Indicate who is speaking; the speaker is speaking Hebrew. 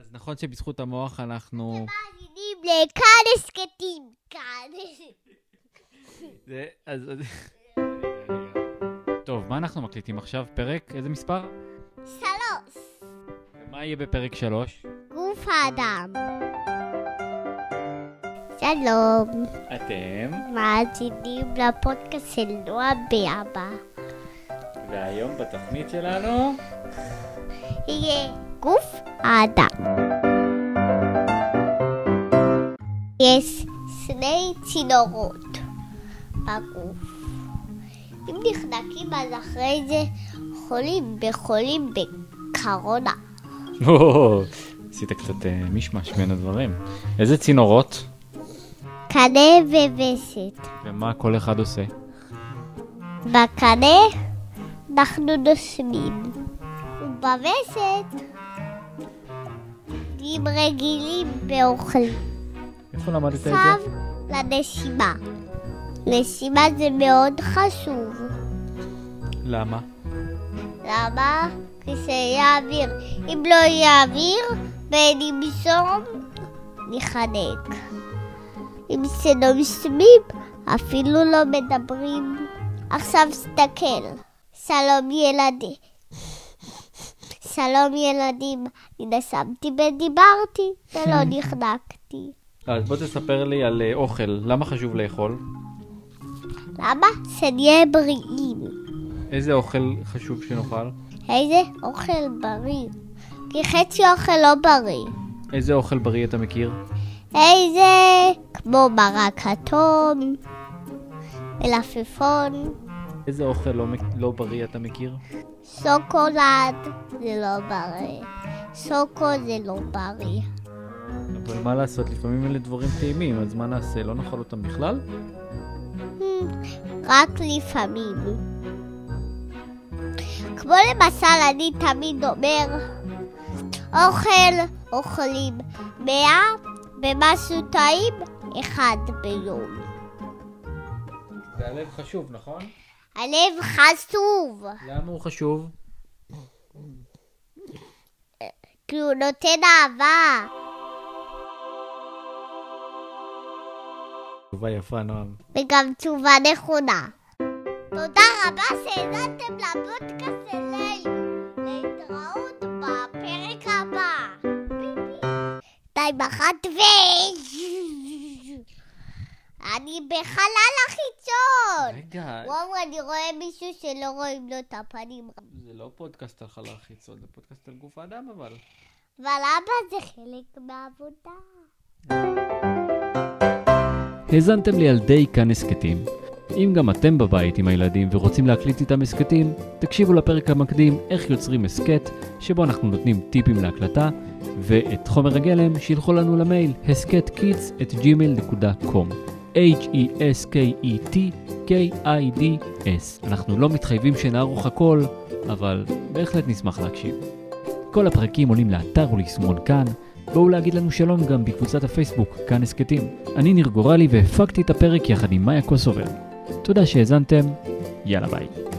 Speaker 1: אז נכון שבזכות המוח אנחנו...
Speaker 2: מאזינים לכאן הסכתים, כאן.
Speaker 1: זה, אז... אז- טוב, מה אנחנו מקליטים עכשיו? פרק? איזה מספר?
Speaker 2: שלוש,
Speaker 1: מה יהיה בפרק 3?
Speaker 2: גוף האדם. שלום,
Speaker 1: אתם,
Speaker 2: מאזינים לפודקאסט של נועה באבא.
Speaker 1: והיום בתוכנית שלנו...
Speaker 2: יהיה גוף האדם. יש שני צינורות בגוף. אם נחנקים אז אחרי זה חולים וחולים בקרונה.
Speaker 1: עשית קצת אה, מישמש בין הדברים. איזה צינורות?
Speaker 2: קנה וווסת.
Speaker 1: ומה כל אחד עושה?
Speaker 2: בקנה אנחנו נושמים, ובווסת נהיים רגילים ואוכלים.
Speaker 1: איפה למדת את
Speaker 2: עכשיו
Speaker 1: זה?
Speaker 2: לנשימה. נשימה זה מאוד חשוב.
Speaker 1: למה?
Speaker 2: למה? כי שיהיה אוויר. אם לא יהיה אוויר, ונמסום, נחנק. אם שנושמים, אפילו לא מדברים. עכשיו סתכל. שלום ילדים. שלום ילדים, אני נשמתי ודיברתי, ולא נחנקתי.
Speaker 1: אז אה, בוא תספר לי על אה, אוכל. למה חשוב לאכול?
Speaker 2: למה? שנהיה בריאים.
Speaker 1: איזה אוכל חשוב שנאכל?
Speaker 2: איזה אוכל בריא. כי חצי אוכל לא בריא.
Speaker 1: איזה אוכל בריא אתה מכיר?
Speaker 2: איזה כמו מרק כתום, מלפפון,
Speaker 1: איזה אוכל לא, מק- לא בריא אתה מכיר?
Speaker 2: שוקולד, זה לא בריא. שוקו זה לא בריא.
Speaker 1: אבל מה לעשות, לפעמים אלה דברים טעימים, אז מה נעשה? לא נאכל אותם בכלל?
Speaker 2: Hmm, רק לפעמים. כמו למשל, אני תמיד אומר, אוכל אוכלים מאה ומשהו טעים אחד ביום.
Speaker 1: זה הלב חשוב, נכון?
Speaker 2: הלב חשוב,
Speaker 1: למה הוא חשוב?
Speaker 2: כי הוא נותן אהבה.
Speaker 1: תשובה יפה, נועם.
Speaker 2: וגם תשובה נכונה. תודה רבה שהאזנתם לפודקאסט אלינו. להתראות בפרק הבא. די מחט ו... אני בחלל החיצון!
Speaker 1: רגע,
Speaker 2: וואו, אני רואה מישהו שלא רואים לו את הפנים.
Speaker 1: זה לא פודקאסט על חלל חיצון, זה פודקאסט על גוף האדם אבל.
Speaker 2: אבל אבא זה חלק מהעבודה.
Speaker 3: האזנתם לילדי כאן הסכתים. אם גם אתם בבית עם הילדים ורוצים להקליט איתם הסכתים, תקשיבו לפרק המקדים איך יוצרים הסכת, שבו אנחנו נותנים טיפים להקלטה, ואת חומר הגלם שילחו לנו למייל הסכתkids@gmail.com E H-E-S-K-E-T-K-I-D-S אנחנו לא מתחייבים שנערוך הכל, אבל בהחלט נשמח להקשיב. כל הפרקים עולים לאתר וליישומון כאן, בואו להגיד לנו שלום גם בקבוצת הפייסבוק כאן הסכתים. אני ניר גורלי והפקתי את הפרק יחד עם מאיה קוסובר. תודה שהאזנתם, יאללה ביי.